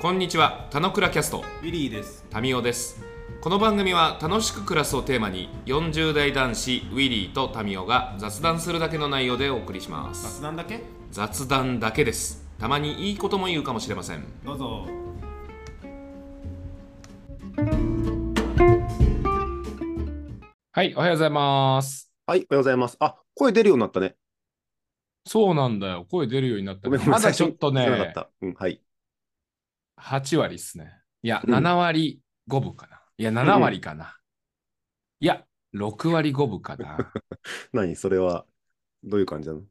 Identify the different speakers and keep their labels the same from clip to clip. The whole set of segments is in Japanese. Speaker 1: こんにちは、たのくらキャスト、
Speaker 2: ウィリーです。
Speaker 1: タミオです。この番組は楽しく暮らすをテーマに、40代男子ウィリーとタミオが雑談するだけの内容でお送りします。
Speaker 2: 雑談だけ
Speaker 1: 雑談だけです。たまにいいことも言うかもしれません。
Speaker 2: どうぞ。
Speaker 1: はい、おはようございます。
Speaker 3: はい、おはようございます。あ、声出るようになったね。
Speaker 1: そうなんだよ、声出るようになった
Speaker 3: ご
Speaker 1: ね
Speaker 3: めんごめん。
Speaker 1: まだ
Speaker 3: 最初
Speaker 1: ちょっと
Speaker 3: 出なかっ
Speaker 1: ね、
Speaker 3: た。うん、はい。
Speaker 1: 8割ですね。いや、
Speaker 3: うん
Speaker 1: 7割5分かな。いや、7割かな。いや、6割5分かな。
Speaker 3: 何それは、どういう感じなの
Speaker 1: い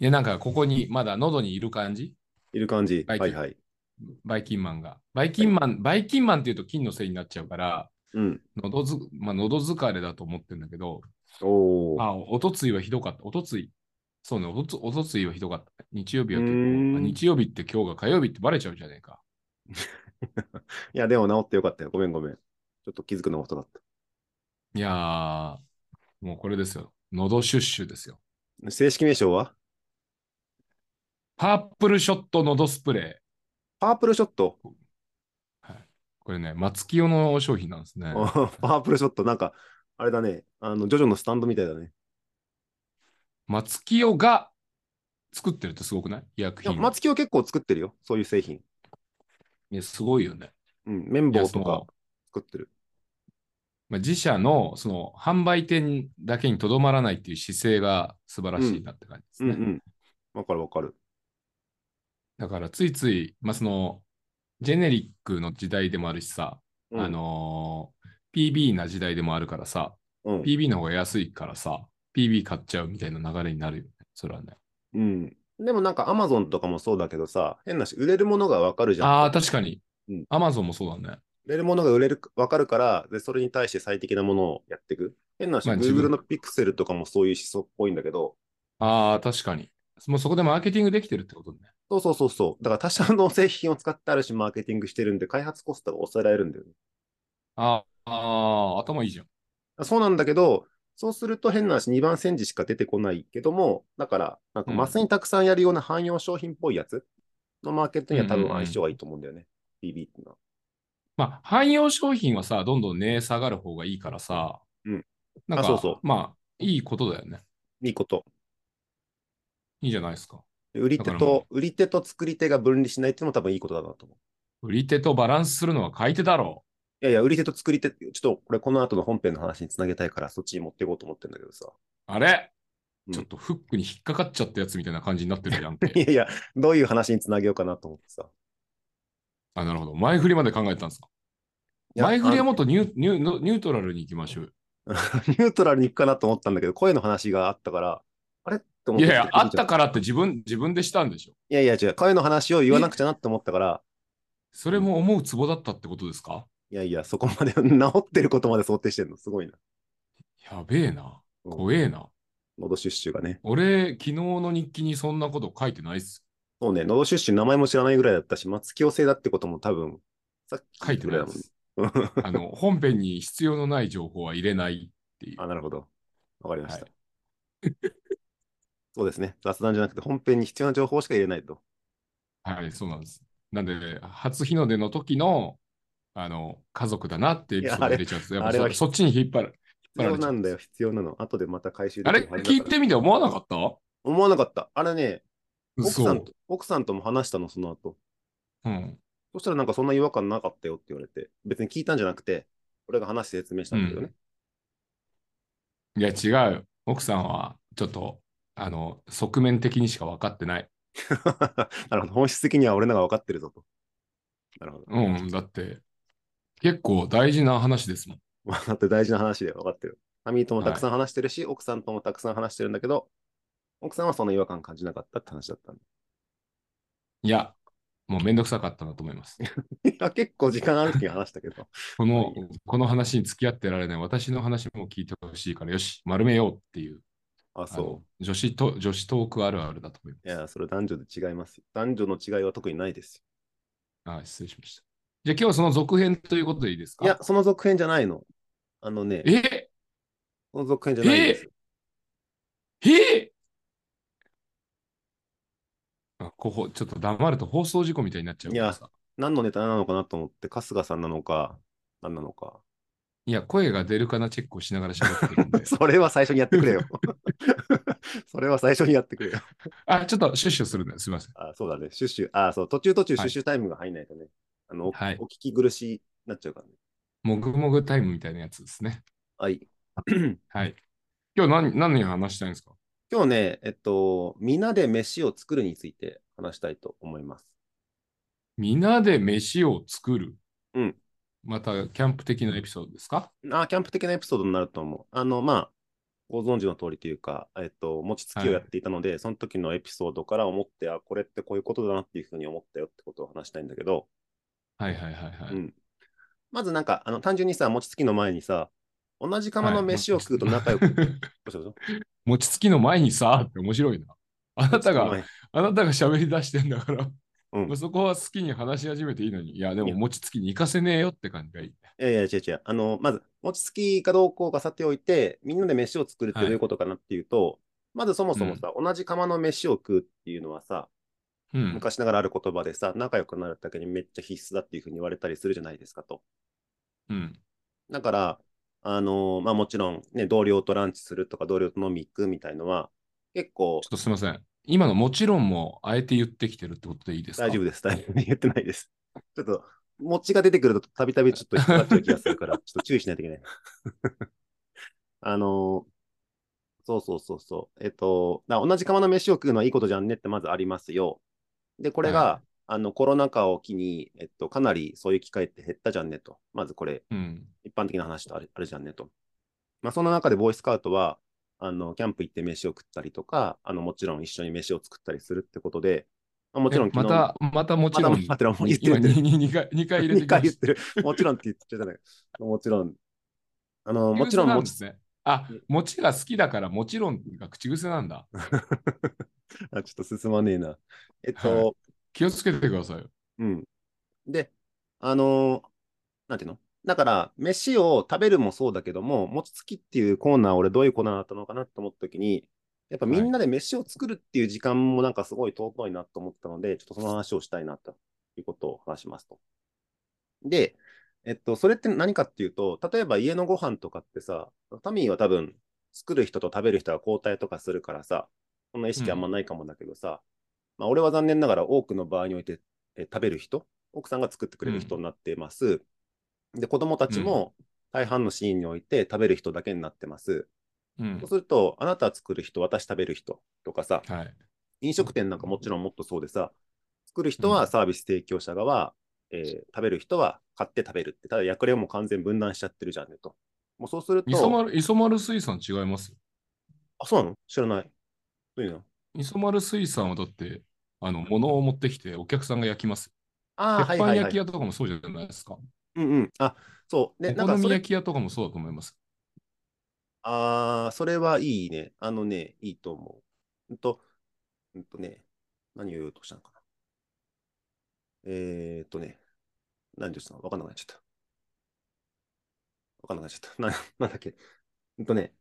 Speaker 1: や、なんかここにまだ喉にいる感じ
Speaker 3: いる感じ。
Speaker 1: は
Speaker 3: はいいはい。
Speaker 1: バイキンマンが。バイキンマン、バイキンマンっていうと金のせいになっちゃうから、
Speaker 3: うん。
Speaker 1: 喉ず、まあ、喉疲れだと思ってんだけど、
Speaker 3: おー。
Speaker 1: あ、おとついはひどかった。おとつい。そうね、おとつおとついはひどかった。日曜日は結
Speaker 3: うーん
Speaker 1: 構。あ日曜日って今日が火曜日ってバレちゃうじゃねえか。
Speaker 3: いや、でも治ってよかったよ。ごめんごめん。ちょっと気づくのも遅かっ
Speaker 1: いやー、もうこれですよ。喉シュッシュですよ。
Speaker 3: た。正式名称は
Speaker 1: パープルショット喉スプレー。
Speaker 3: パープルショット。
Speaker 1: これね、松清の商品なんですね。
Speaker 3: あ パープルショット。なんか、あれだね。あの、ジョジョのスタンドみたいだね。
Speaker 1: 松清が作ってるってすごくない医薬
Speaker 3: いや、
Speaker 1: 品を。
Speaker 3: 松木は結構作ってるよ。そういう製品。
Speaker 1: いやすごいよね。
Speaker 3: うん。綿棒
Speaker 1: い
Speaker 3: と
Speaker 1: やその
Speaker 3: か作ってる。
Speaker 1: まあ、自社のその販売店だけにとどまらないっていう姿勢が素晴らしいなって感じです
Speaker 3: う
Speaker 1: ね。
Speaker 3: んうん。わかるわかる。
Speaker 1: だからついつい、まあ、そのジェネリックの時代でもあるしさ、
Speaker 3: うん
Speaker 1: あ、のー PB な時代でもあるからさ、
Speaker 3: うん。
Speaker 1: PB の方が安いからさ、PB 買っちゃうみたいな流れになるよね。それはね。
Speaker 3: うん。でもなんか、アマゾンとかもそうだけどさ、変なし、売れるものがわかるじゃん。
Speaker 1: ああ、確かに
Speaker 3: うん。
Speaker 1: アマゾンもそうだね。
Speaker 3: 売れるものが売れる、わかるから、で、それに対して最適なものをやっていく。変な話、
Speaker 1: まあ自
Speaker 3: Google
Speaker 1: 分
Speaker 3: の Pixel とかもそういう思想っぽいんだけど、
Speaker 1: ああ、確かに。もうそこでマーケティングできてるってことね。
Speaker 3: そうそうそうそう。だから他社の製品を使ってある種マーケティングしてるんで、開発コストが抑えられるんだよね。
Speaker 1: あーあー、頭いいじゃん。
Speaker 3: そうなんだけど、そうすると変な話、2番煎じしか出てこないけども、だから、なんか
Speaker 1: うん
Speaker 3: マスにたくさんやるような汎用商品っぽいやつのマーケットには多
Speaker 1: うんう
Speaker 3: 分
Speaker 1: んうん
Speaker 3: 相性がいいと思うんだよね。BB ってのは。
Speaker 1: まあ、汎用商品はさ、どんどん値下がる方がいいからさ、
Speaker 3: うん
Speaker 1: なんか、
Speaker 3: あそうそう
Speaker 1: まあ、いいことだよね。
Speaker 3: いいこと。
Speaker 1: いいじゃないですか。
Speaker 3: で売り
Speaker 1: だ
Speaker 3: 手
Speaker 1: からも
Speaker 3: と、売り手と作り手が分離しないっていうのも多分いいことだなと思う。
Speaker 1: 売り手とバランスするのは買い手だろ
Speaker 3: いやいや、売り手と作り手、ちょっとこれこの後の本編の話につなげたいから、そっちに持っていこうと思ってんだけどさ。
Speaker 1: う。あれ、
Speaker 3: うん
Speaker 1: ちょっとフックに引っかかっちゃったやつみたいな感じになってるじゃんっ
Speaker 3: い
Speaker 1: て。
Speaker 3: やいや、どういう話につなげようかなと思ってさ。
Speaker 1: あ、なるほど。前振りまで考えてたんですか。
Speaker 3: いや
Speaker 1: 前振りは
Speaker 3: あ
Speaker 1: もっとニュニュニュニュートラルに行きましょう
Speaker 3: ニュートラルに行くかなと思ったんだけど、声の話があったから、あれって思
Speaker 1: よ。い
Speaker 3: って。
Speaker 1: やいや、あった
Speaker 3: い
Speaker 1: からって自分自分でしたんでしょ。
Speaker 3: やいや、違う。声の話を言わなくちゃなって思ったから、
Speaker 1: それも思うツボだったってことですか
Speaker 3: いやいや、そこまで治ってることまで想定してんの。すごいな。
Speaker 1: やべえな。
Speaker 3: うん
Speaker 1: 怖えな。
Speaker 3: 喉シュッシュがね。
Speaker 1: 俺、昨日の日記にそんなこと書いてないっす。
Speaker 3: そうね、喉シュッシュ名前も知らないぐらいだったし、松清製だってことも多分、さっき
Speaker 1: 書いて
Speaker 3: ぐ
Speaker 1: な
Speaker 3: ら
Speaker 1: いで
Speaker 3: だもんね
Speaker 1: す。 あの、本編に必要のない情報は入れないっていう。
Speaker 3: あ、なるほど。わかりました。
Speaker 1: は
Speaker 3: そうですね。雑談じゃなくて、本編に必要な情報しか入れないと。
Speaker 1: はい、そうなんです。なんで、初日の出の時の、あの、家族だなってエピソード
Speaker 3: いやあれ
Speaker 1: 入れちゃうんですやっぱ
Speaker 3: あれは
Speaker 1: そそっちに引っ張る。
Speaker 3: 必要なんだよ、必要なの。後でまた回収で
Speaker 1: あ
Speaker 3: き
Speaker 1: れ、
Speaker 3: るはずだから
Speaker 1: 聞いてみて思わなかった
Speaker 3: 思わなかった。あれね、奥
Speaker 1: 嘘
Speaker 3: さんと、奥さんとも話したの、その後。
Speaker 1: うん。
Speaker 3: そしたらなんかそんな違和感なかったよって言われて、別に聞いたんじゃなくて、俺が話して説明したんだけどね。
Speaker 1: いや、違うよ。奥さんは、ちょっと、あの、側面的にしか分かってない。
Speaker 3: なるほど。本質的には俺のが分かってるぞと。なるほど。
Speaker 1: うん、だって、結構大事な話ですもん。
Speaker 3: だって大事な話で分かってる。アミーともたくさん話してるし、奥さんともたくさん話してるんだけど、奥さんはそんな違和感感じなかったって話だったんだ。
Speaker 1: いや、もうめんどくさかったなと思います。
Speaker 3: いや、 結構時間ある時に話したけ ど。
Speaker 1: この、この話に付き合ってられない私の話も聞いてほしいから、よし、丸めようっていう、
Speaker 3: あ、
Speaker 1: あ
Speaker 3: そ
Speaker 1: の女子と女子トークあるあるだと思います
Speaker 3: う。いや、それ男女で違いますよ。男女の違いは特にないですよ。
Speaker 1: あ失礼しました。じゃあ今日はその続編ということでいいですか
Speaker 3: いや、、その続編じゃないの。あのね、
Speaker 1: え
Speaker 3: その続編じゃないんですよ。
Speaker 1: えあここちょっと黙ると放送事故みたいになっちゃうからさ。
Speaker 3: 何のネタなのかなと思って、春日さんな のか、何なのか。。
Speaker 1: いや、声が出るかなチェックをしながら喋ってるんで
Speaker 3: それは最初にやってくれよ。 それは最初にやってくれよ。
Speaker 1: あ、ちょっとシュッシュするんです。すみません。
Speaker 3: あそうだね。シュッシュ、あそう、途中途中シ
Speaker 1: は
Speaker 3: ュ
Speaker 1: い
Speaker 3: ッシュタイムが入んないとね、あの、お
Speaker 1: はい
Speaker 3: お聞き苦しいなっちゃうからね。
Speaker 1: もぐもぐタイムみたいなやつですね。
Speaker 3: はい。
Speaker 1: はい。今日何、何を話したいんですか
Speaker 3: 今日ね、えっと、みんなで飯を作るについて話したいと思います。
Speaker 1: 皆で飯を作る。
Speaker 3: うん。
Speaker 1: また、キャンプ的なエピソードですか
Speaker 3: あキャンプ的なエピソードになると思う。あの、まあ、ご存知の通りというか、えっと、餅つきをやっていたので、その時のエピソードから思って、あ、これってこういうことだなっていうふうに思ったよってことを話したいんだけど、
Speaker 1: はいはいはいはい。
Speaker 3: うんまずなんか、あの、単純にさ、餅つきの前にさ、同じ釜の飯を食うと仲 良く、どうしたどうし
Speaker 1: 餅つきの前にさ、って面白いな。あな
Speaker 3: た
Speaker 1: たが、あなたが喋り出してんだから、
Speaker 3: うん
Speaker 1: そこは好きに話し始めていいのに、いや、でも餅つきに行かせねえよって感じがいい。
Speaker 3: いやいや、違う違う。あの、まず、餅つきかどうこうかさておいて、みんなで飯を作るって
Speaker 1: はい
Speaker 3: どういうことかなっていうと、まずそもそもさ、同じ釜の飯を食うっていうのはさ、
Speaker 1: うん。
Speaker 3: 昔ながらある言葉でさ、仲良くなるだけにめっちゃ必須だっていうふうに言われたりするじゃないですかと。
Speaker 1: うん。
Speaker 3: だから、あのまあもちろん、ね、同僚とランチするとか、同僚と飲み行くみたいのは、結構
Speaker 1: ちょっとすみません。今のもちろんも、あえて言ってきてるってことでいいですか
Speaker 3: 大丈夫です。大丈夫です。言ってないです。ちょっと、餅が出てくるとたびたびちょっと引っかかっちゃう気がするから、 ちょっと注意しないといけ ない。あのそうそうそうそう。えっと、だ同じ釜の飯を食うのはいいことじゃんねってまずありますよ。で、これが、
Speaker 1: は
Speaker 3: あの、コロナ禍を機に、えっと、かなりそういう機会って減ったじゃんねと。まずこれ、
Speaker 1: うん。
Speaker 3: 一般的な話とあれあれじゃんねと。まあ、その中でボーイスカウトは、あの、キャンプ行って飯を食ったりとか、あの、もちろん一緒に飯を作ったりするってことで、まあ、もちろん
Speaker 1: えま
Speaker 3: 昨日
Speaker 1: た、またもちろん。
Speaker 3: またもちろん言ってる
Speaker 1: 今ににに回、二回入れて
Speaker 3: 2
Speaker 1: きま
Speaker 3: 回
Speaker 1: し
Speaker 3: 言ったてる。もちろんって言っちゃったね。もちろん。あの、もちろ
Speaker 1: 口癖
Speaker 3: ん
Speaker 1: なん
Speaker 3: も
Speaker 1: で
Speaker 3: ち、
Speaker 1: すね。あ、餅が好きだから、もちろんが口癖なんだ。
Speaker 3: あちょっと進まねえな。えっ
Speaker 1: は
Speaker 3: と、
Speaker 1: 気をつけてくださいよ。
Speaker 3: うん。で、あの、なんていうのだから、飯を食べるもそうだけども、餅つきっていうコーナー、俺どういうコーナーだったのかなと思ったときに、やっぱみんなで飯を作るっていう時間もなんかすごい尊いなと思ったので、ちょっとその話をしたいなということを話しますと。で、えっと、それって何かっていうと、例えば家のご飯とかってさ、タミーは多分作る人と食べる人が交代とかするからさ、そんな意識あんまないかもだけどさ、まあ俺は残念ながら多くの場合において、え食べる人、奥さんが作ってくれる人になってます。で、子供たちも大半のシーンにおいて食べる人だけになってます。
Speaker 1: うん
Speaker 3: そう。すると、あなた作る人、私食べる人とかさ、
Speaker 1: はい。
Speaker 3: 飲食店なんかもちろんもっとそうでさ、作る人はサービス提供者側、えー食べる人は買って食べるって、ただ役割をもう完全分断しちゃってるじゃんねと。もうそうする
Speaker 1: 磯
Speaker 3: と、
Speaker 1: 丸、磯丸水産違いますよ。
Speaker 3: あ、そうなの知らない。そういうの
Speaker 1: 磯丸水産はだって、あの、物を持ってきてお客さんが焼きます。
Speaker 3: ああ、
Speaker 1: 鉄
Speaker 3: はい
Speaker 1: 板
Speaker 3: はいは
Speaker 1: 焼き
Speaker 3: い。
Speaker 1: 屋とかもそうじゃないですか。
Speaker 3: うんうん。あ、そう。ね、
Speaker 1: お
Speaker 3: なん
Speaker 1: 好
Speaker 3: か
Speaker 1: み
Speaker 3: それ、
Speaker 1: 焼き屋とかもそうだと思います。
Speaker 3: ああ、それはいいね。あのね、いいと思う。うんと、うんとね、何を言おうとしたのかな。えーっとね、何でしたのわかんなくなっちゃった。わかんなくなっちゃった。な、 なんだっけ。うんとね、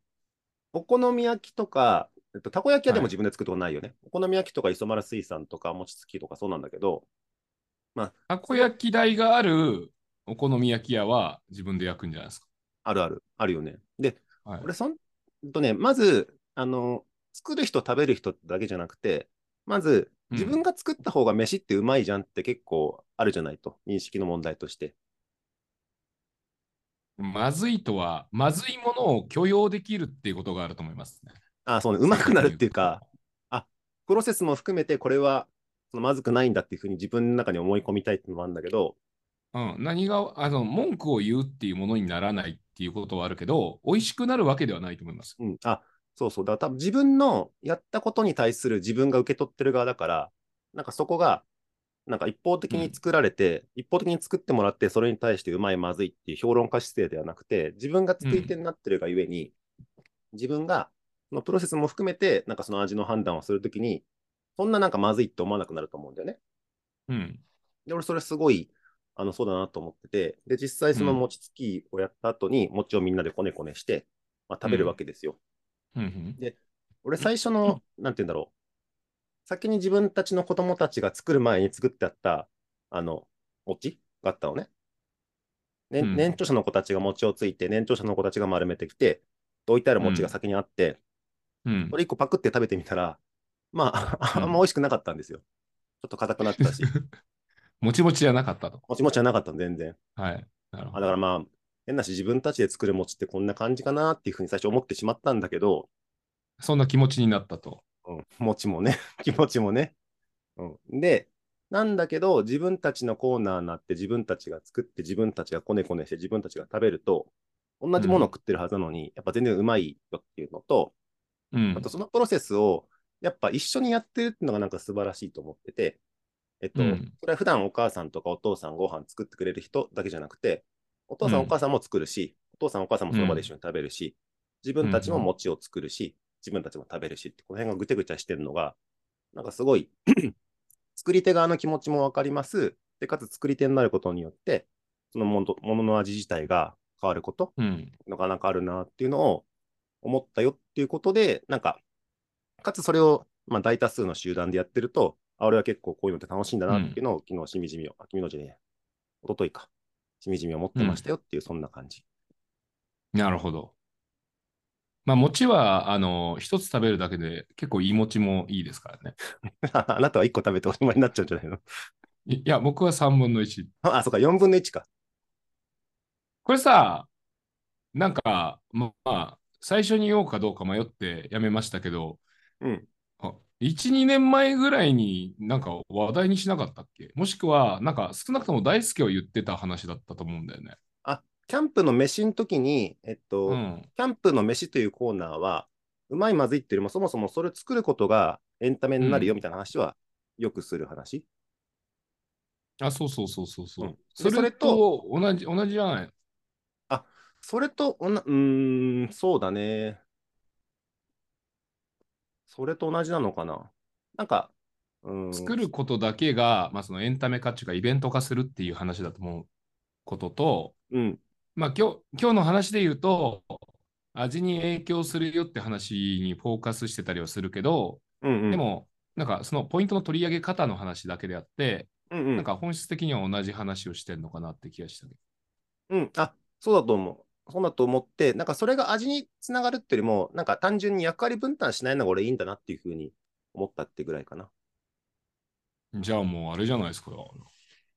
Speaker 3: お好み焼きとか、えっと、たこ焼きはで
Speaker 1: は
Speaker 3: も
Speaker 1: い
Speaker 3: 自分で作ることないよね。お好み焼きとか、磯丸水産とか、餅つきとかそうなんだけど、
Speaker 1: たこ焼き台があるお好み焼き屋は自分で焼くんじゃないですか。
Speaker 3: あるある、あるよね。で、
Speaker 1: はい。
Speaker 3: 俺そん、うんとね、まず、あの、作る人、食べる人だけじゃなくて、まず、
Speaker 1: うん
Speaker 3: 自分が作った方が飯ってうまいじゃんって結構あるじゃないと、認識の問題として。
Speaker 1: まずいとは、まずいものを許容できるっていうことがあると思いますね。
Speaker 3: あ、そうね、うまくなるっていうか、プロセスも含めて、これは、そのまずくないんだっていうふうに自分の中に思い込みたいっていうのもあるんだけど、
Speaker 1: うん、何があの文句を言うっていうものにならないっていうことはあるけど、美味しくなるわけではないと思います。
Speaker 3: うん、あ、そうそう。だから多分自分のやったことに対する自分が受け取ってる側だから、なんかそこが、なんか一方的に作られて、一方的に作ってもらって、それに対してうまい、まずいっていう評論家姿勢ではなくて、自分が作り手になってるがゆえに、自分が、そのプロセスも含めて、なんかその味の判断をするときに、そんななんかまずいって思わなくなると思うんだよね。
Speaker 1: うん。
Speaker 3: で、俺それすごい、あの、そうだなと思ってて、で、実際その
Speaker 1: うん
Speaker 3: 餅つきをやった後に、餅をみんなでこねこねして、まあ、食べるわけですよ。
Speaker 1: うんうん、
Speaker 3: 俺最初の、なんて言うんだろう。先に自分たちの子供たちが作る前に作ってあった、あの、オチがあったのね。ね
Speaker 1: うん
Speaker 3: 年長者の子たちが餅をついて、年長者の子たちが丸めてきて、置いてある餅が先にあって、
Speaker 1: うん
Speaker 3: こ。れ一個パクって食べてみたら、ま
Speaker 1: う
Speaker 3: あ、
Speaker 1: ん
Speaker 3: あんま美味しくなかったんですよ。ちょっと硬くなって たし、
Speaker 1: もちもちじゃなかったと。
Speaker 3: もちもちじゃなかったの、全然。
Speaker 1: はい。なるほ
Speaker 3: あ
Speaker 1: ど。
Speaker 3: だからまあ、変なし自分たちで作る餅ってこんな感じかなっていうふうに最初思ってしまったんだけど、
Speaker 1: そんな気持ちになったと。
Speaker 3: うん、餅もね、 気持ちもね。うん、で、なんだけど、自分たちのコーナーになって、自分たちが作って、自分たちがこねこねして、自分たちが食べると、同じものを食ってるはずなのに、やっぱ全然うまいよっていうのと、
Speaker 1: うん
Speaker 3: あ。とそのプロセスを、やっぱ一緒にやってるっていうのがなんか素晴らしいと思ってて、えっと、
Speaker 1: うん
Speaker 3: それは普段お母さんとかお父さんご飯作ってくれる人だけじゃなくて、お父さん
Speaker 1: うん
Speaker 3: お母さんも作るし、お父さんお母さんもその場で一緒に食べるし、自分たちも餅を作るし、自分たちも食べるしって、この辺がぐちゃぐちゃしてるのが、なんかすごい、 作り手側の気持ちもわかります。で、かつ作り手になることによって、そのものものの味自体が変わること
Speaker 1: うん。
Speaker 3: なかなかあるなっていうのを思ったよっていうことで、なんか、かつそれを、まあ、大多数の集団でやってると、あ、俺は結構こういうのって楽しいんだなっていうのを、昨日しみじみを、あ君のじゃねえや一昨日か、しみじみを持ってましたよっていう、そんな感じ。
Speaker 1: なるほど。まあ、餅は、あの、一つ食べるだけで結構いい餅もいいですからね。
Speaker 3: あなたは1個食べておしまいになっちゃうんじゃないの
Speaker 1: いいや、僕は3分の1。
Speaker 3: あ、そうか、4分の1か。
Speaker 1: これさ、なんか、ままあ、最初に言おうかどうか迷ってやめましたけど、
Speaker 3: うん。
Speaker 1: あ1、2年前ぐらいになんか話題にしなかったっけもしくは、なんか少なくとも大輔を言ってた話だったと思うんだよね。
Speaker 3: キャンプの飯の時に、えっと、
Speaker 1: うん。
Speaker 3: キャンプの飯というコーナーは、うまいまずいっていうよりも、そもそもそれを作ることがエンタメになるよみたいな話は、よくする話。
Speaker 1: あ、そうそうそうそうそう。
Speaker 3: うんで
Speaker 1: そ
Speaker 3: そ
Speaker 1: れ
Speaker 3: れ
Speaker 1: と
Speaker 3: と
Speaker 1: 同じ、同じじゃない。
Speaker 3: それとおな、うーん、そうだね。それと同じなのかな。なんか、うーん、
Speaker 1: 作ることだけが、まあ、そのエンタメ価値がイベント化するっていう話だと思うことと、
Speaker 3: うん、
Speaker 1: まあ、今日今日の話で言うと味に影響するよって話にフォーカスしてたりはするけど
Speaker 3: うん、うん。
Speaker 1: で、もなんかそのポイントの取り上げ方の話だけであって、
Speaker 3: うん、うん、
Speaker 1: なんか本質的には同じ話をしてるのかなって気がしたね。
Speaker 3: うん、あ、そうだと思う。そうだと思って、なんかそれが味につながるっていうよりも、なんか単純に役割分担しないのが俺いいんだなっていうふうに思ったってぐらいかな。
Speaker 1: じゃあもうあれじゃないですか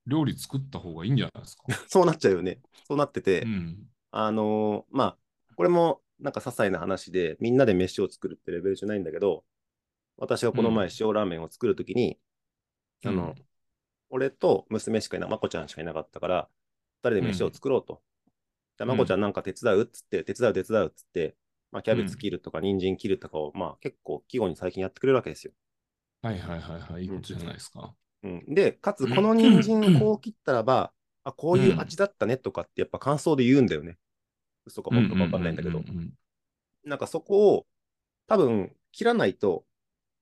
Speaker 1: 料理作った方がいいんじゃない ですか。
Speaker 3: そうなっちゃうよね。そうなってて。
Speaker 1: うん、
Speaker 3: あのーまあ、これもなんか些細な話で、みんなで飯を作るってレベルじゃないんだけど、私がこの前塩ラーメンを作るときに、あの、俺と娘しかいな、まこちゃんしかいなかったから、二人で飯を作ろうと。でまこちゃんなんか手伝うっつって、手伝う手伝うっつって、まあ、キャベツ切るとか、人参切るとかを、まあ、結構、季語に最近やってくれるわけですよ。
Speaker 1: はいはいはいはいいいことじゃないですか。
Speaker 3: うん、で、かつ、この人参こう切ったらば、あ、こういう味だったねとかって、やっぱ感想で言うんだよね。嘘か本当か分かんないんだけど
Speaker 1: う。ううん
Speaker 3: なんかそこを多分切らないと、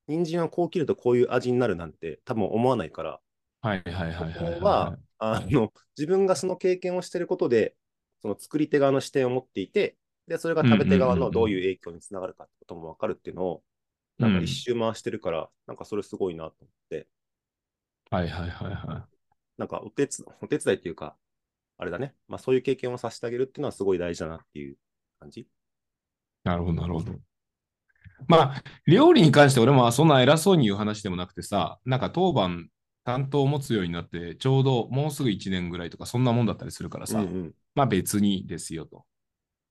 Speaker 3: 人参はこう切るとこういう味になるなんて多分思わないから、
Speaker 1: はいはいはいはいはい
Speaker 3: ここはあの自分がその経験をしてることで、その作り手側の視点を持っていて、で、それが食べ手側のどういう影響につながるかってことも分かるっていうのを、なんか一周回してるから、なんかそれすごいなと思って、
Speaker 1: はいはいはいは
Speaker 3: なんかお手つお手伝いっていうか、あれだね、まあそういう経験をさせてあげるっていうのはすごい大事だなっていう感じ。
Speaker 1: い。なるほどなるほど。まあ、料理に関して俺もそんな偉そうに言う話でもなくてさ、なんか当番担当を持つようになって、ちょうどもうすぐ1年ぐらいとか、そんなもんだったりするからさ、
Speaker 3: うんうん
Speaker 1: まあ別にですよと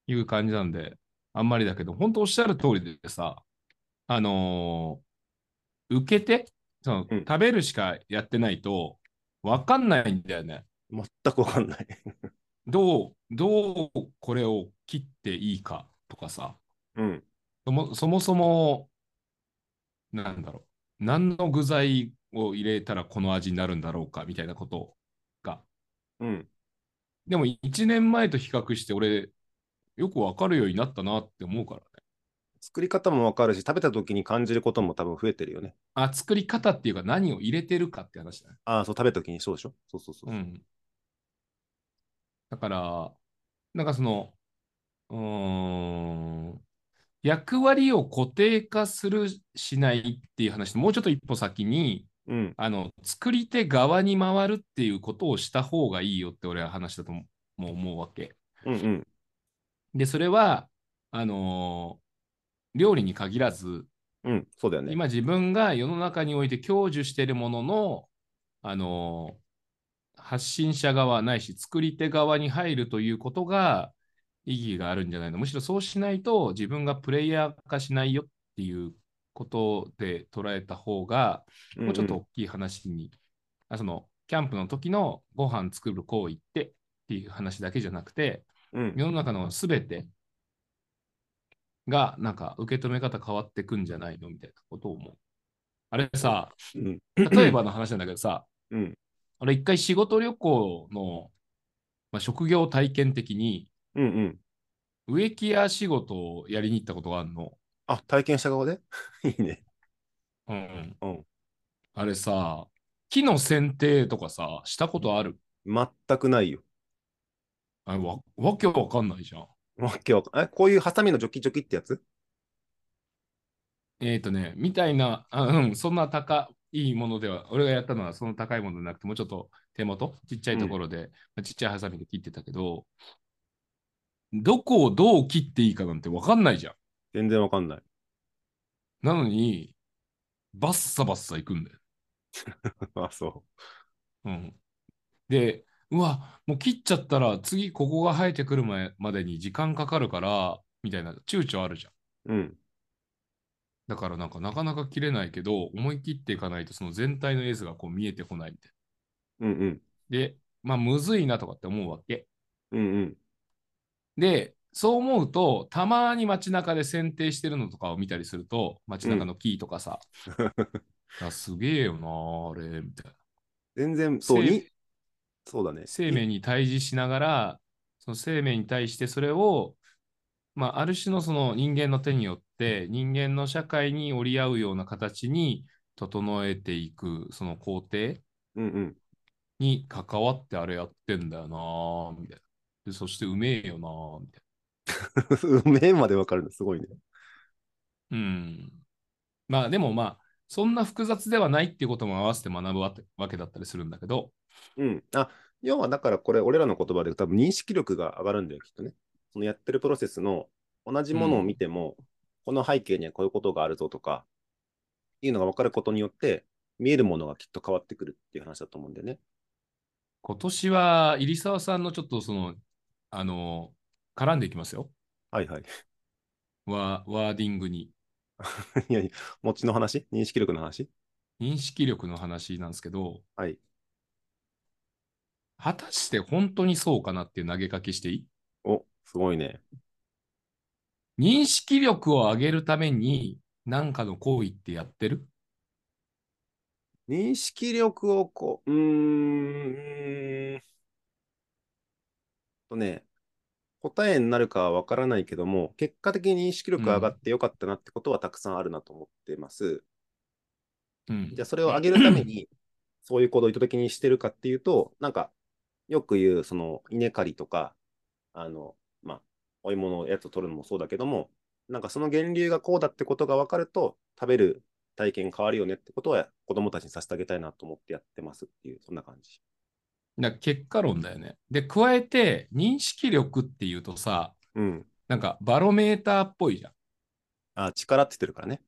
Speaker 1: いう感じなんで、あんまりだけど、本当おっしゃる通りでさ、あのー受けて、その
Speaker 3: うん
Speaker 1: 食べるしかやってないと分かんないんだよね。
Speaker 3: 全く分かんない。
Speaker 1: どう、どうこれを切っていいかとかさ、
Speaker 3: うん。
Speaker 1: そもそもそも、なんだろう、何の具材を入れたらこの味になるんだろうかみたいなことが。
Speaker 3: うん。
Speaker 1: でも1年前と比較して、俺、よくわかるようになったなって思うからね。
Speaker 3: 作り方も分かるし、食べた時に感じることも多分増えてるよね。
Speaker 1: あ、作り方っていうか何を入れてるかって話だね。
Speaker 3: ああ、そう、食べた時にそうでしょそうそうそう。
Speaker 1: うん。だから、なんかその、うーん、役割を固定化する、しないっていう話と、もうちょっと一歩先に、
Speaker 3: うん。
Speaker 1: あの、作り手側に回るっていうことをした方がいいよって俺は話したとももう思うわけ。
Speaker 3: うんうん。
Speaker 1: で、それは、あのー料理に限らず、
Speaker 3: うん。そうだよね。
Speaker 1: 今自分が世の中において享受しているものの、あのー発信者側ないし作り手側に入るということが意義があるんじゃないのむしろそうしないと自分がプレイヤー化しないよっていうことで捉えた方がもうちょっと大きい話に、あそのキャンプの時のご飯作る行為ってっていう話だけじゃなくて
Speaker 3: うんうん、
Speaker 1: 世の中の全てがなんか受け止め方変わってくんじゃないのみたいなことを思う。あれさ、
Speaker 3: うん。
Speaker 1: 例えばの話なんだけどさ、
Speaker 3: うん。
Speaker 1: 俺一回仕事旅行の、まあ、職業体験的に
Speaker 3: うんうん。
Speaker 1: 植木屋仕事をやりに行ったことがあるの。
Speaker 3: あ、体験した側で いいね。
Speaker 1: うん
Speaker 3: うん
Speaker 1: あれさ、木の剪定とかさ、したことある
Speaker 3: 全くないよ。
Speaker 1: あれわわけわかんないじゃん。
Speaker 3: わけわかんえ、こういうハサミのジョキジョキってやつ
Speaker 1: えっ、とね、みたいな、あうん、そんな高いものでは、俺がやったのはその高いものじゃなくて、もうちょっと手元、ちっちゃいところで、まあちっちゃいハサミで切ってたけど、どこをどう切っていいかなんて分かんないじゃん。
Speaker 3: 全然わかんない。
Speaker 1: なのに、バッサバッサいくんだよ。
Speaker 3: あ、そ
Speaker 1: うん、で、うわ、もう切っちゃったら、次ここが生えてくる前までに時間かかるから、みたいな、躊躇あるじゃん。
Speaker 3: う。うん。
Speaker 1: だからなんかなかなか切れないけど、思い切っていかないと、その全体の絵図がこう見えてこないみたいな。
Speaker 3: うんうん。
Speaker 1: で、まあ、むずいなとかって思うわけ。
Speaker 3: うんうん。
Speaker 1: で、そう思うと、たまに街中で剪定してるのとかを見たりすると、街中の木とかさ、あすげえよなあ、あれ、みたいな。
Speaker 3: 全然、そう、
Speaker 1: 生
Speaker 3: に、そうだね。
Speaker 1: 生命に対峙しながら、その生命に対してそれを、まあ、ある種のその人間の手によって、人間の社会に折り合うような形に整えていく、その工程
Speaker 3: うんうん。
Speaker 1: に関わってあれやってんだよなあ、みたいな。でそしてうめえよなあ、みたいな。
Speaker 3: う めえまでわかるの、すごいね。
Speaker 1: うん。まあでもまあ、そんな複雑ではないっていうことも合わせて学ぶわけわけだったりするんだけど、
Speaker 3: うん。あ、要はだからこれ、俺らの言葉で多分認識力が上がるんだよ、きっとね。そのやってるプロセスの同じものを見ても、この背景にはこういうことがあるぞとか、いうのが分かることによって、見えるものがきっと変わってくるっていう話だと思うんだよね。
Speaker 1: 今年は入澤さんのちょっとその、あの、絡んでいきますよ。
Speaker 3: はいはい。
Speaker 1: ワーワーディングに。
Speaker 3: いやいや、持ちの話認識力の話
Speaker 1: 認識力の話なんですけど、
Speaker 3: はい。
Speaker 1: 果たして本当にそうかなっていう投げかけしていい
Speaker 3: お、すごいね。
Speaker 1: 認識力を上げるために何かの行為ってやってる
Speaker 3: 認識力をこう、うーん、うーんとね、答えになるかはわからないけども、結果的に認識力が上がってよかったなってことはたくさんあるなと思ってます。
Speaker 1: うん
Speaker 3: じゃあ、それを上げるた めに、そういう行動を意図的にしてるかっていうと、なんか、よく言う、その、稲刈りとか、あの、まあ、お芋のやつを取るのもそうだけども、なんかその源流がこうだってことが分かると、食べる体験変わるよねってことは、子供たちにさせてあげたいなと思ってやってますっていう、そんな感じ。
Speaker 1: だから結果論だよね。で、加えて認識力っていうとさ、
Speaker 3: うん。
Speaker 1: なんかバロメーターっぽいじゃん。
Speaker 3: あ、力って言ってるからね。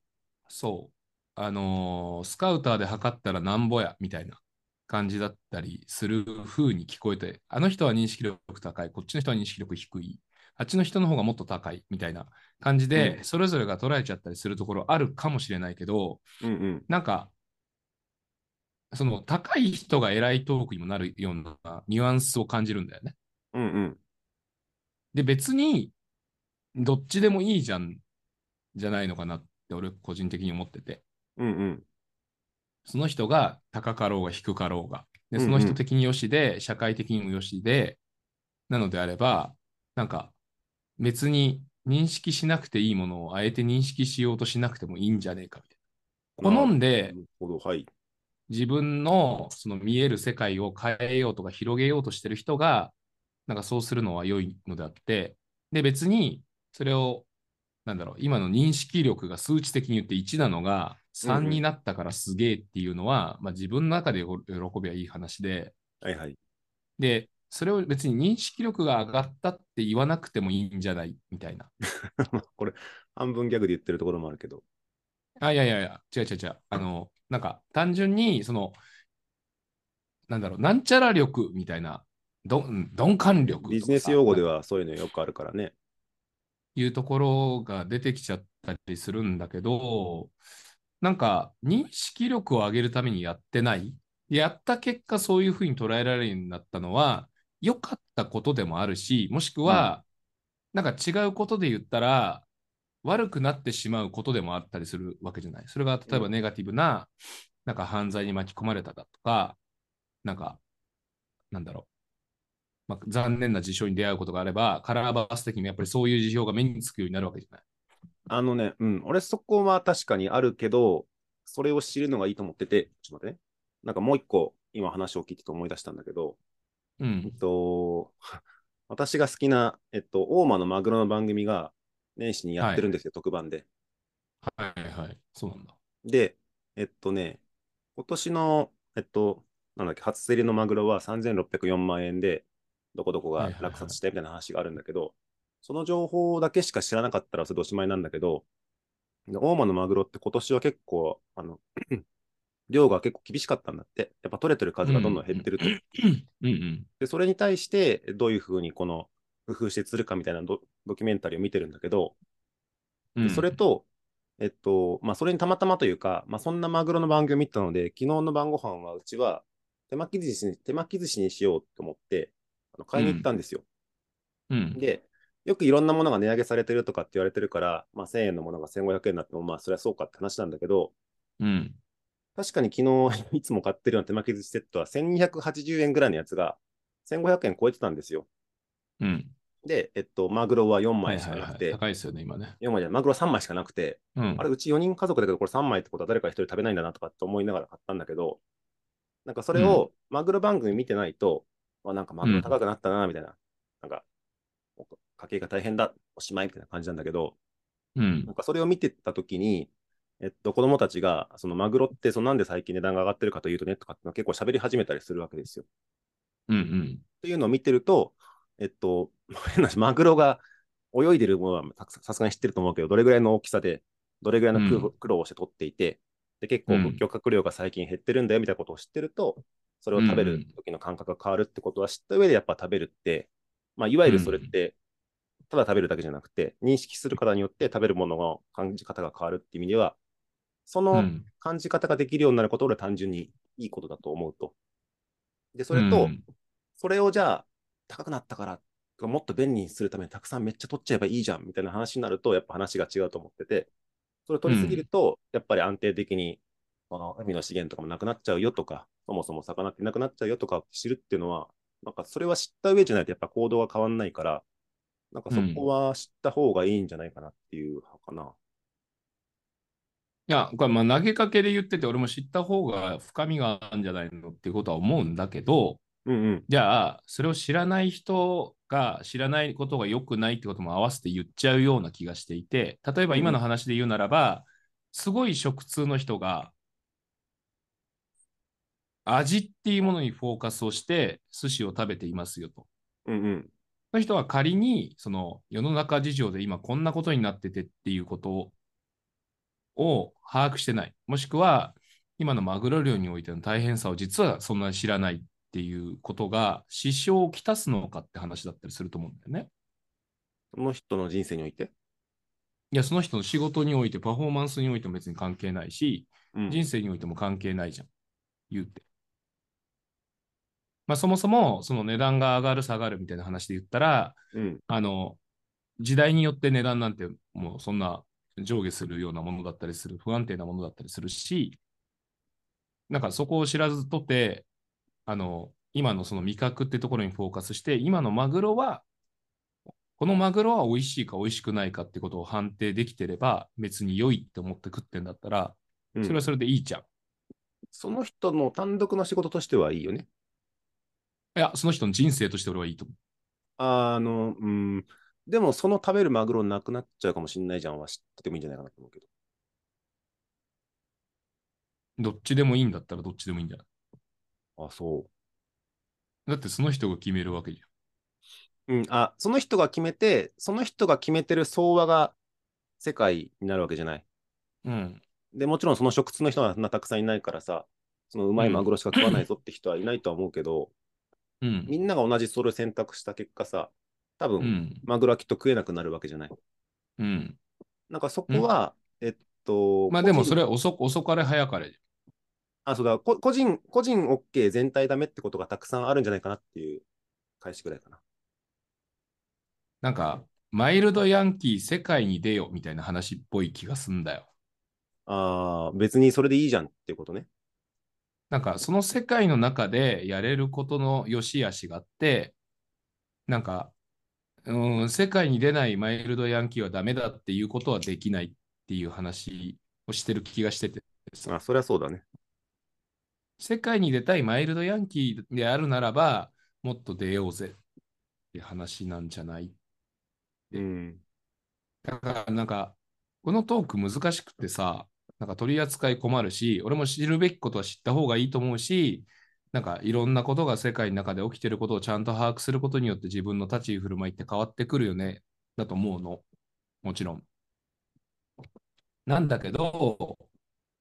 Speaker 1: そう。あのースカウターで測ったらなんぼやみたいな感じだったりする風に聞こえて、あの人は認識力高い、こっちの人は認識力低い、あっちの人の方がもっと高いみたいな感じで、
Speaker 3: うん
Speaker 1: それぞれが捉えちゃったりするところあるかもしれないけど、
Speaker 3: うんうん。
Speaker 1: なんか、その高い人が偉いトークにもなるようなニュアンスを感じるんだよね。
Speaker 3: うんうん。
Speaker 1: で、別にどっちでもいいじゃんじゃないのかなって俺個人的に思ってて。
Speaker 3: うんうん。
Speaker 1: その人が高かろうが低かろうが、で
Speaker 3: うんう
Speaker 1: そ
Speaker 3: ん
Speaker 1: の人的によしで、社会的にもよしで、なのであれば、なんか別に認識しなくていいものをあえて認識しようとしなくてもいいんじゃねえかみたいな。好ん
Speaker 3: な
Speaker 1: で
Speaker 3: るほど、はい。
Speaker 1: 自分のその見える世界を変えようとか広げようとしてる人が、なんかそうするのは良いのであって、で別にそれをなんだろう、今の認識力が数値的に言って1なのが、
Speaker 3: うんう
Speaker 1: 3
Speaker 3: ん
Speaker 1: になったからすげえっていうのは、まあ、自分の中で喜びはいい話で、
Speaker 3: はいはい。
Speaker 1: で、それを別に認識力が上がったって言わなくてもいいんじゃないみたいな。
Speaker 3: まあこれ、半分ギャグで言ってるところもあるけど。
Speaker 1: あ、いやいやいや、違う違う違う。あの、なんか単純に、その、なんだろう、なんちゃら力みたいな、どん鈍感力とかさ
Speaker 3: ビジネス用語ではそういうのよくあるからね。
Speaker 1: いうところが出てきちゃったりするんだけど、なんか認識力を上げるためにやってないやった結果そういうふうに捉えられるようになったのは良かったことでもあるし、もしくは、なんか違うことで言ったら悪くなってしまうことでもあったりするわけじゃない。それが例えばネガティブな、なんか犯罪に巻き込まれただとか、なんか、なんだろう。まあ、残念な事象に出会うことがあれば、カラーバース的にやっぱりそういう事象が目につくようになるわけじゃない。
Speaker 3: あのね、うん、俺そこは確かにあるけど、それを知るのがいいと思ってて、ちょっと待ってね。なんかもう一個、今話を聞いてて思い出したんだけど、
Speaker 1: うん
Speaker 3: えっ。と、私が好きな、えっと、大間のマグロの番組が年始にやってるんですよ、特番で。
Speaker 1: はいはい。そうなんだ。
Speaker 3: で、えっとね、今年の、えっと、なんだっけ、初競りのマグロは3604万円で、どこどこが落札したみたいな話があるんだけど、その情報だけしか知らなかったらそれでおしまいなんだけど、で大間のマグロって今年は結構、あの、 量が結構厳しかったんだって。やっぱ取れてる数がどんどん減ってると。
Speaker 1: うんうん。
Speaker 3: で、それに対して、どういうふうにこの、工夫して釣るかみたいなドドキュメンタリーを見てるんだけど、
Speaker 1: う
Speaker 3: で
Speaker 1: ん、
Speaker 3: それと、えっと、まあ、それにたまたまというか、まあ、そんなマグロの番組を見たので、昨日の晩ご飯はうちは手巻き寿司に、手巻き寿司にしようと思って、あの買いに行ったんですよ。
Speaker 1: うん、
Speaker 3: で、よくいろんなものが値上げされてるとかって言われてるから、まあ、1000円のものが1500円になっても、まあ、そりゃそうかって話なんだけど、
Speaker 1: うん。
Speaker 3: 確かに昨日 いつも買ってるような手巻き寿司セットは1280円ぐらいのやつが1500円超えてたんですよ。
Speaker 1: うん。
Speaker 3: で、えっと、マグロは4
Speaker 1: はい
Speaker 3: 枚し
Speaker 1: は
Speaker 3: か
Speaker 1: い
Speaker 3: な
Speaker 1: は
Speaker 3: く
Speaker 1: い。
Speaker 3: て、
Speaker 1: 高いですよね、今ね。
Speaker 3: 4枚じゃないマグロ3枚しかなくて、
Speaker 1: うん
Speaker 3: あ。れ、うち4人家族だけど、これ3枚ってことは誰か1人食べないんだなとかって思いながら買ったんだけど、なんかそれをマグロ番組見てないと、あなんかマグロ高くなったな、みたいな、なんか、家計が大変だ、おしまいみたいな感じなんだけど、
Speaker 1: うん
Speaker 3: なん。かそれを見てたときに、えっと、子供たちが、そのマグロって、そのなんで最近値段が上がってるかというとね、とかってのを結構喋り始めたりするわけですよ。
Speaker 1: うんうん。
Speaker 3: というのを見てると、えっと、 変な話マグロが泳いでるものはたくさんさすがに知ってると思うけど、どれぐらいの大きさで、どれぐらいの苦労,、
Speaker 1: うん
Speaker 3: 苦労をして取っていて、で結構
Speaker 1: うん
Speaker 3: 漁獲量が最近減ってるんだよみたいなことを知ってると、それを食べる時の感覚が変わるってことは知った上でやっぱ食べるって、まあ、いわゆるそれって、ただ食べるだけじゃなくて、認識する方によって食べるものの感じ方が変わるって意味では、そうの
Speaker 1: ん。
Speaker 3: 感じ方ができるようになることを俺は単純にいいことだと思うと。で、それと、
Speaker 1: うん
Speaker 3: それをじゃあ、高くなったから、もっと便利にするためにたくさんめっちゃ取っちゃえばいいじゃんみたいな話になると、やっぱ話が違うと思ってて、それを取りすぎると、やっぱり安定的に、この海の資源とかもなくなっちゃうよとか、そもそも魚っていなくなっちゃうよとか知るっていうのは、なんかそれは知った上じゃないとやっぱ行動が変わんないから、なんかそこは知った方がいいんじゃないかなっていう派かな。
Speaker 1: いや、これまあ投げかけで言ってて、俺も知った方が深みがあるんじゃないのっていうことは思うんだけど、
Speaker 3: うんうん。
Speaker 1: じゃあ、それを知らない人が知らないことが良くないってことも合わせて言っちゃうような気がしていて、例えば今の話で言うならば、すごい食通の人が、味っていうものにフォーカスをして、寿司を食べていますよと。
Speaker 3: うんうん。
Speaker 1: その人は仮に、その世の中事情で今こんなことになっててっていうことを把握してない。もしくは、今のマグロ漁においての大変さを実はそんなに知らないっていうことが支障をきたすのかって話だったりすると思うんだよね。
Speaker 3: その人の人生において。
Speaker 1: いや、その人の仕事において、パフォーマンスにおいても別に関係ないし、
Speaker 3: うん
Speaker 1: 人生においても関係ないじゃん。言うて。まあ、そもそも、その値段が上がる下がるみたいな話で言ったら、
Speaker 3: うん。
Speaker 1: あの、時代によって値段なんてもうそんな上下するようなものだったりする、不安定なものだったりするし、なんかそこを知らずとて、あの、今のその味覚ってところにフォーカスして、今のマグロは、このマグロは美味しいか美味しくないかってことを判定できてれば、別に良いって思って食ってんだったら、
Speaker 3: うん
Speaker 1: それはそれでいいじゃん。
Speaker 3: その人の単独の仕事としてはいいよね。
Speaker 1: いや、その人の人生として俺はいいと思う。
Speaker 3: あの、うん、でも、その食べるマグロなくなっちゃうかもしれないじゃんは知っててもいいんじゃないかなと思うけど。
Speaker 1: どっちでもいいんだったらどっちでもいいんじゃない
Speaker 3: あ、そ
Speaker 1: だってその人が決めるわけじ
Speaker 3: う。うん、あ、その人が決めて、その人が決めてる相場が世界になるわけじゃない。
Speaker 1: ゃん。うん。
Speaker 3: で、もちろんその食通の人はそんなたくさんいないからさ、そのうまいマグロしか食わないぞって人はいないとは思うけど、
Speaker 1: うん。
Speaker 3: みんなが同じそれを選択した結果さ、多分、
Speaker 1: うん。
Speaker 3: マグロはきっと食えなくなるわけじゃない。
Speaker 1: うん。
Speaker 3: なんかそこは、えっと、
Speaker 1: まあでもそれ
Speaker 3: は。
Speaker 1: は遅遅かれ早かれじ
Speaker 3: あ、そうだ、こ個人、個人 OK 全体ダメってことがたくさんあるんじゃないかなっていう返しぐらいかな。
Speaker 1: ゃん。なんか、マイルドヤンキー世界に出よみたいな話っぽい気がすんだよ。
Speaker 3: ああ、別にそれでいいじゃんっていうことね。
Speaker 1: なんかその世界の中でやれることの良し悪しがあって、なんか、うん、世界に出ないマイルドヤンキーはダメだっていうことはできないっていう話をしてる気がしててさ、
Speaker 3: あ、そりゃそうだね。
Speaker 1: 世界に出たいマイルドヤンキーであるならば、もっと出ようぜって話なんじゃない
Speaker 3: うん。
Speaker 1: だからなんか、このトーク難しくてさ、なんか取り扱い困るし、俺も知るべきことは知った方がいいと思うし、なんかいろんなことが世界の中で起きてることをちゃんと把握することによって自分の立ち居振る舞いって変わってくるよね、だと思うの。もちろん。なんだけど、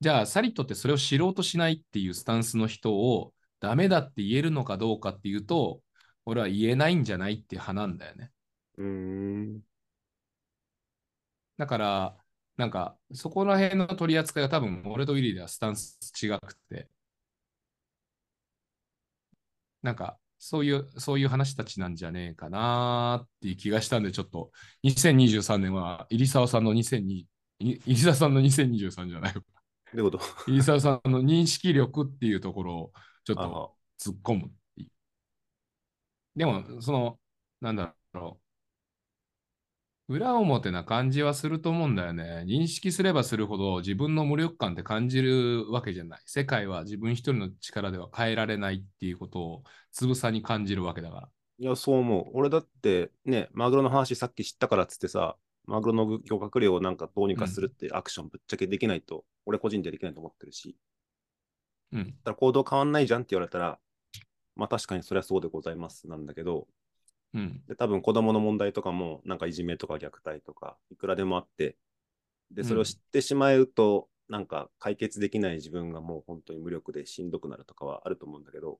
Speaker 1: じゃあサリットってそれを知ろうとしないっていうスタンスの人をダメだって言えるのかどうかっていうと、俺は言えないんじゃないって派なんだよね。
Speaker 3: うーん。
Speaker 1: だから、なんか、そこら辺の取り扱いが多分、俺とウィリーではスタンス違くて、なんか、そういう、そういう話たちなんじゃねえかなーっていう気がしたんで、ちょっと、2023年は、入澤さんの2020、い入澤さんの2023じゃないわ。
Speaker 3: どういうこ
Speaker 1: 入澤さんの認識力っていうところを、ちょっ
Speaker 3: と
Speaker 1: と、
Speaker 3: あ
Speaker 1: 突っ込むっていうでも、その、なんだろう。裏表な感じはすると思うんだよね。認識すればするほど自分の無力感って感じるわけじゃない。世界は自分一人の力では変えられないっていうことをつぶさに感じるわけだから。
Speaker 3: いや、そう思う。俺だって、ね、マグロの話さっき知ったからっつってさ、マグロの漁獲量をなんかどうにかするってアクションぶっちゃけできないと、俺個人でできないと思ってるし、
Speaker 1: うん。
Speaker 3: だから行動変わんないじゃんって言われたら、まあ確かにそりゃそうでございますなんだけど、
Speaker 1: うん。
Speaker 3: で、多分子供の問題とかも、なんかいじめとか虐待とか、いくらでもあって、で、それを知ってしまうと、なんか解決できない自分がもう本当に無力でしんどくなるとかはあると思うんだけど、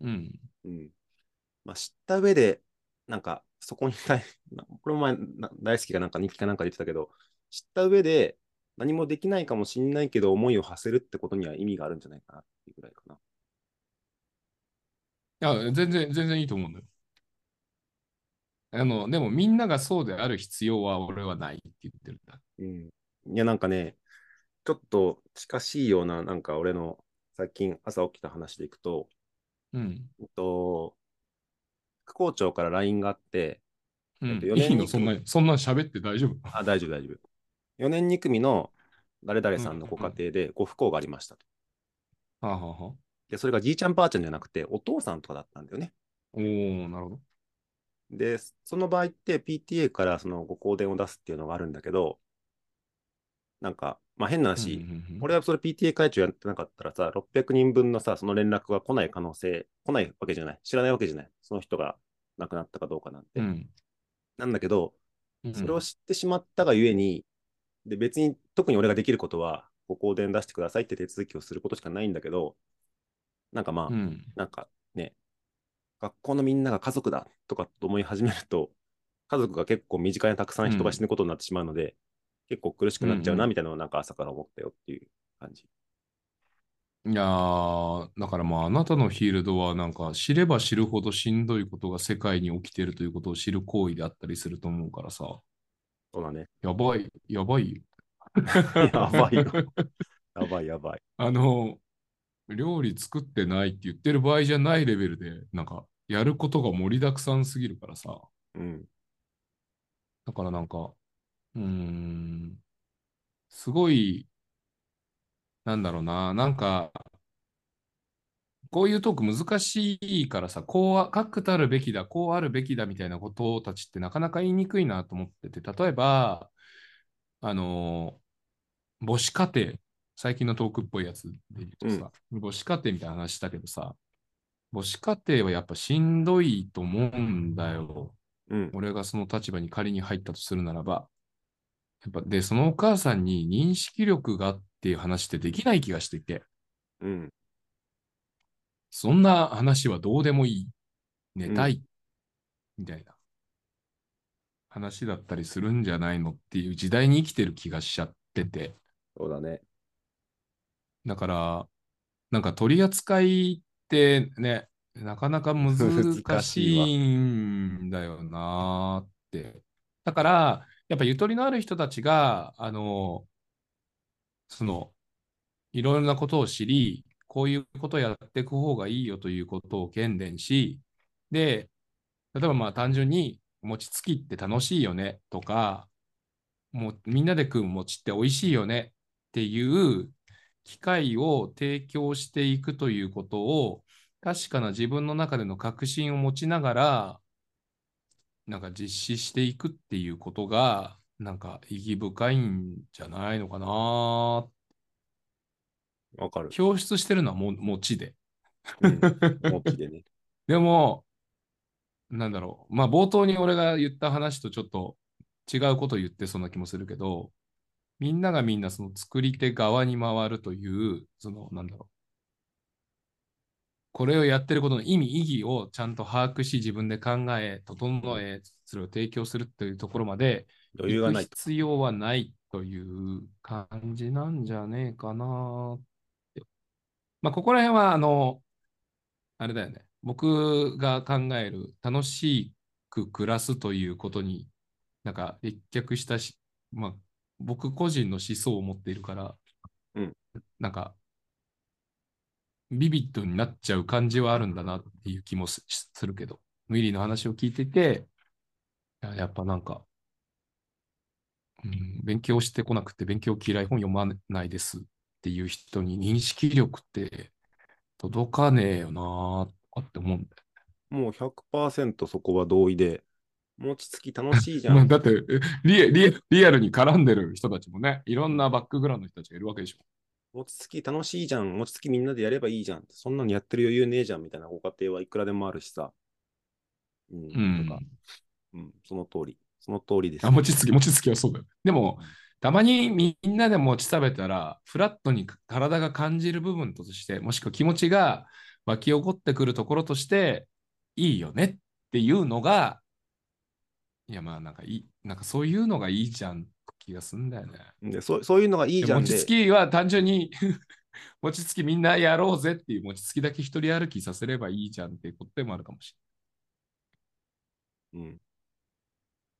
Speaker 1: うん。
Speaker 3: うん。まあ、知った上で、なんか、そこに対、 なこれも前、な大好きかなんか日記かなんかで言ってたけど、知った上で、何もできないかもしんないけど、思いを馳せるってことには意味があるんじゃないかなっていうぐらいかな。
Speaker 1: いや、全然、全然いいと思うんだよ。あの、でもみんながそうである必要は俺はないって言ってるんだ。
Speaker 3: うん。いや、なんかね、ちょっと近しいような、なんか俺の最近朝起きた話でいくと、
Speaker 1: うん。
Speaker 3: えっと、副校長から LINE があって、
Speaker 1: う
Speaker 3: だっ
Speaker 1: ん
Speaker 3: て四、
Speaker 1: い
Speaker 3: 年
Speaker 1: い
Speaker 3: に
Speaker 1: のそんな、そんなん喋って大丈夫
Speaker 3: あ、大丈夫、大丈夫。4年2組の誰々さんのご家庭でご不幸がありましたと。
Speaker 1: はあ、はあはあ、
Speaker 3: で、それがじいちゃんばあちゃんじゃなくて、お父さんとかだったんだよね。
Speaker 1: おー、なるほど。
Speaker 3: で、その場合って PTA からそのご香典を出すっていうのがあるんだけど、なんか、まあ変な話、
Speaker 1: うんうんうん
Speaker 3: 俺はそれ PTA 会長やってなかったらさ、600人分のさ、その連絡が来ない可能性、来ないわけじゃない。知らないわけじゃない。その人が亡くなったかどうかなんて。
Speaker 1: うん
Speaker 3: なんだけど、
Speaker 1: うん
Speaker 3: それを知ってしまったがゆえに、で別に特に俺ができることは、ご香典出してくださいって手続きをすることしかないんだけど、なんかまあ、
Speaker 1: うん
Speaker 3: なんかね、学校のみんなが家族だとかと思い始めると、家族が結構身近にたくさん人が死ぬことになってしまうので、結構苦しくなっちゃう
Speaker 1: うんう
Speaker 3: なんみたいなのをなんか朝から思ったよっていう感じ。
Speaker 1: いやーだからまああなたのフィールドはなんか知れば知るほどしんどいことが世界に起きてるということを知る行為であったりすると思うからさ
Speaker 3: そうだね。
Speaker 1: やばいやばいよ
Speaker 3: やばいよ。やばいやばい。
Speaker 1: あの料理作ってないって言ってる場合じゃないレベルでなんかやることが盛りだくさんすぎるからさ
Speaker 3: うん。
Speaker 1: だからなんか、うーん、すごい、なんだろうな、なんか、こういうトーク難しいからさ、こうあ、確たるべきだ、こうあるべきだみたいなことたちってなかなか言いにくいなと思ってて、例えば、あのー母子家庭、最近のトークっぽいやつで言うとさ、母子家庭みたいな話したけどさ、母子家庭はやっぱしんどいと思うんだよ。
Speaker 3: うん。
Speaker 1: 俺がその立場に仮に入ったとするならば、やっぱ、で、そのお母さんに認識力がっていう話ってできない気がしていて、
Speaker 3: うん。
Speaker 1: そんな話はどうでもいい。寝たい。みたいな話だったりするんじゃないのっていう時代に生きてる気がしちゃってて、
Speaker 3: そうだね。
Speaker 1: だから、なんか取り扱いってね、なかなか難しいんだよなーって。だから、やっぱゆとりのある人たちが、あの、その、いろいろなことを知り、こういうことをやっていく方がいいよということを喧伝し、で、例えばまあ単純に餅つきって楽しいよねとか、もうみんなで食う餅って美味しいよねっていう機会を提供していくということを確かな自分の中での確信を持ちながらなんか実施していくっていうことがなんか意義深いんじゃないのかな
Speaker 3: わかる。
Speaker 1: 表出してるのはも持ちで
Speaker 3: うん、 大きいでね。
Speaker 1: でもなんだろうまあ冒頭に俺が言った話とちょっと違うことを言ってそうな気もするけどみんながみんなその作り手側に回るというそのなんだろうこれをやってることの意味、意義をちゃんと把握し、自分で考え、整え、それを提供するというところまで、
Speaker 3: 余裕がない
Speaker 1: 行く。必要はないという感じなんじゃねえかなって。まあ、ここら辺は、あの、あれだよね。僕が考える楽しく暮らすということに、なんか立脚したし、まあ、僕個人の思想を持っているから、
Speaker 3: うん
Speaker 1: なんか、ビビッドになっちゃう感じはあるんだなっていう気もすするけど、ウィリーの話を聞いてて、いややっぱなんか、うん、勉強してこなくて、勉強嫌い、本読まないですっていう人に認識力って届かねえよなーとかって思うんだよ。
Speaker 3: もう100%そこは同意で、餅つき楽しいじゃ
Speaker 1: まあ
Speaker 3: ん。
Speaker 1: だってえリアリア、リアルに絡んでる人たちもね、いろんなバックグラウンドの人たちがいるわけでしょ。
Speaker 3: 餅つき楽しいじゃん。餅つきみんなでやればいいじゃん。そんなのやってる余裕ねえじゃんみたいなご家庭はいくらでもあるしさ。うん。
Speaker 1: うん
Speaker 3: とか、うん、その通り。その通りです。
Speaker 1: あ、餅つき、餅つきはそうだよ。でも、たまにみんなで餅食べたら、フラットに体が感じる部分として、もしくは気持ちが湧き起こってくるところとして、いいよねっていうのが、いや、まあ、なんかいい、なんかそういうのがいいじゃんって気がすんだよね。
Speaker 3: でそうそういうのがいいじゃん
Speaker 1: 餅
Speaker 3: で
Speaker 1: つ。きは単純に 餅つきみんなやろうぜっていう餅つきだけ一人歩きさせればいいじゃんっていうことでもあるかもし
Speaker 3: うん。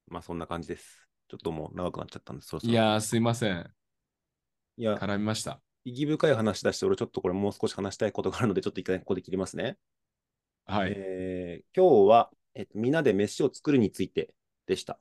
Speaker 3: まあそんな感じです。ちょっともう長くなっちゃったんで、そろそ
Speaker 1: れ
Speaker 3: ろ。
Speaker 1: ない。いやー、すいません。
Speaker 3: いや、
Speaker 1: 絡みました。
Speaker 3: 意義深い話出して、俺ちょっとこれもう少し話したいことがあるので、ちょっと一回ここで切りますね。
Speaker 1: はい。
Speaker 3: えー今日は、えっと、みんなで飯を作るについてでした。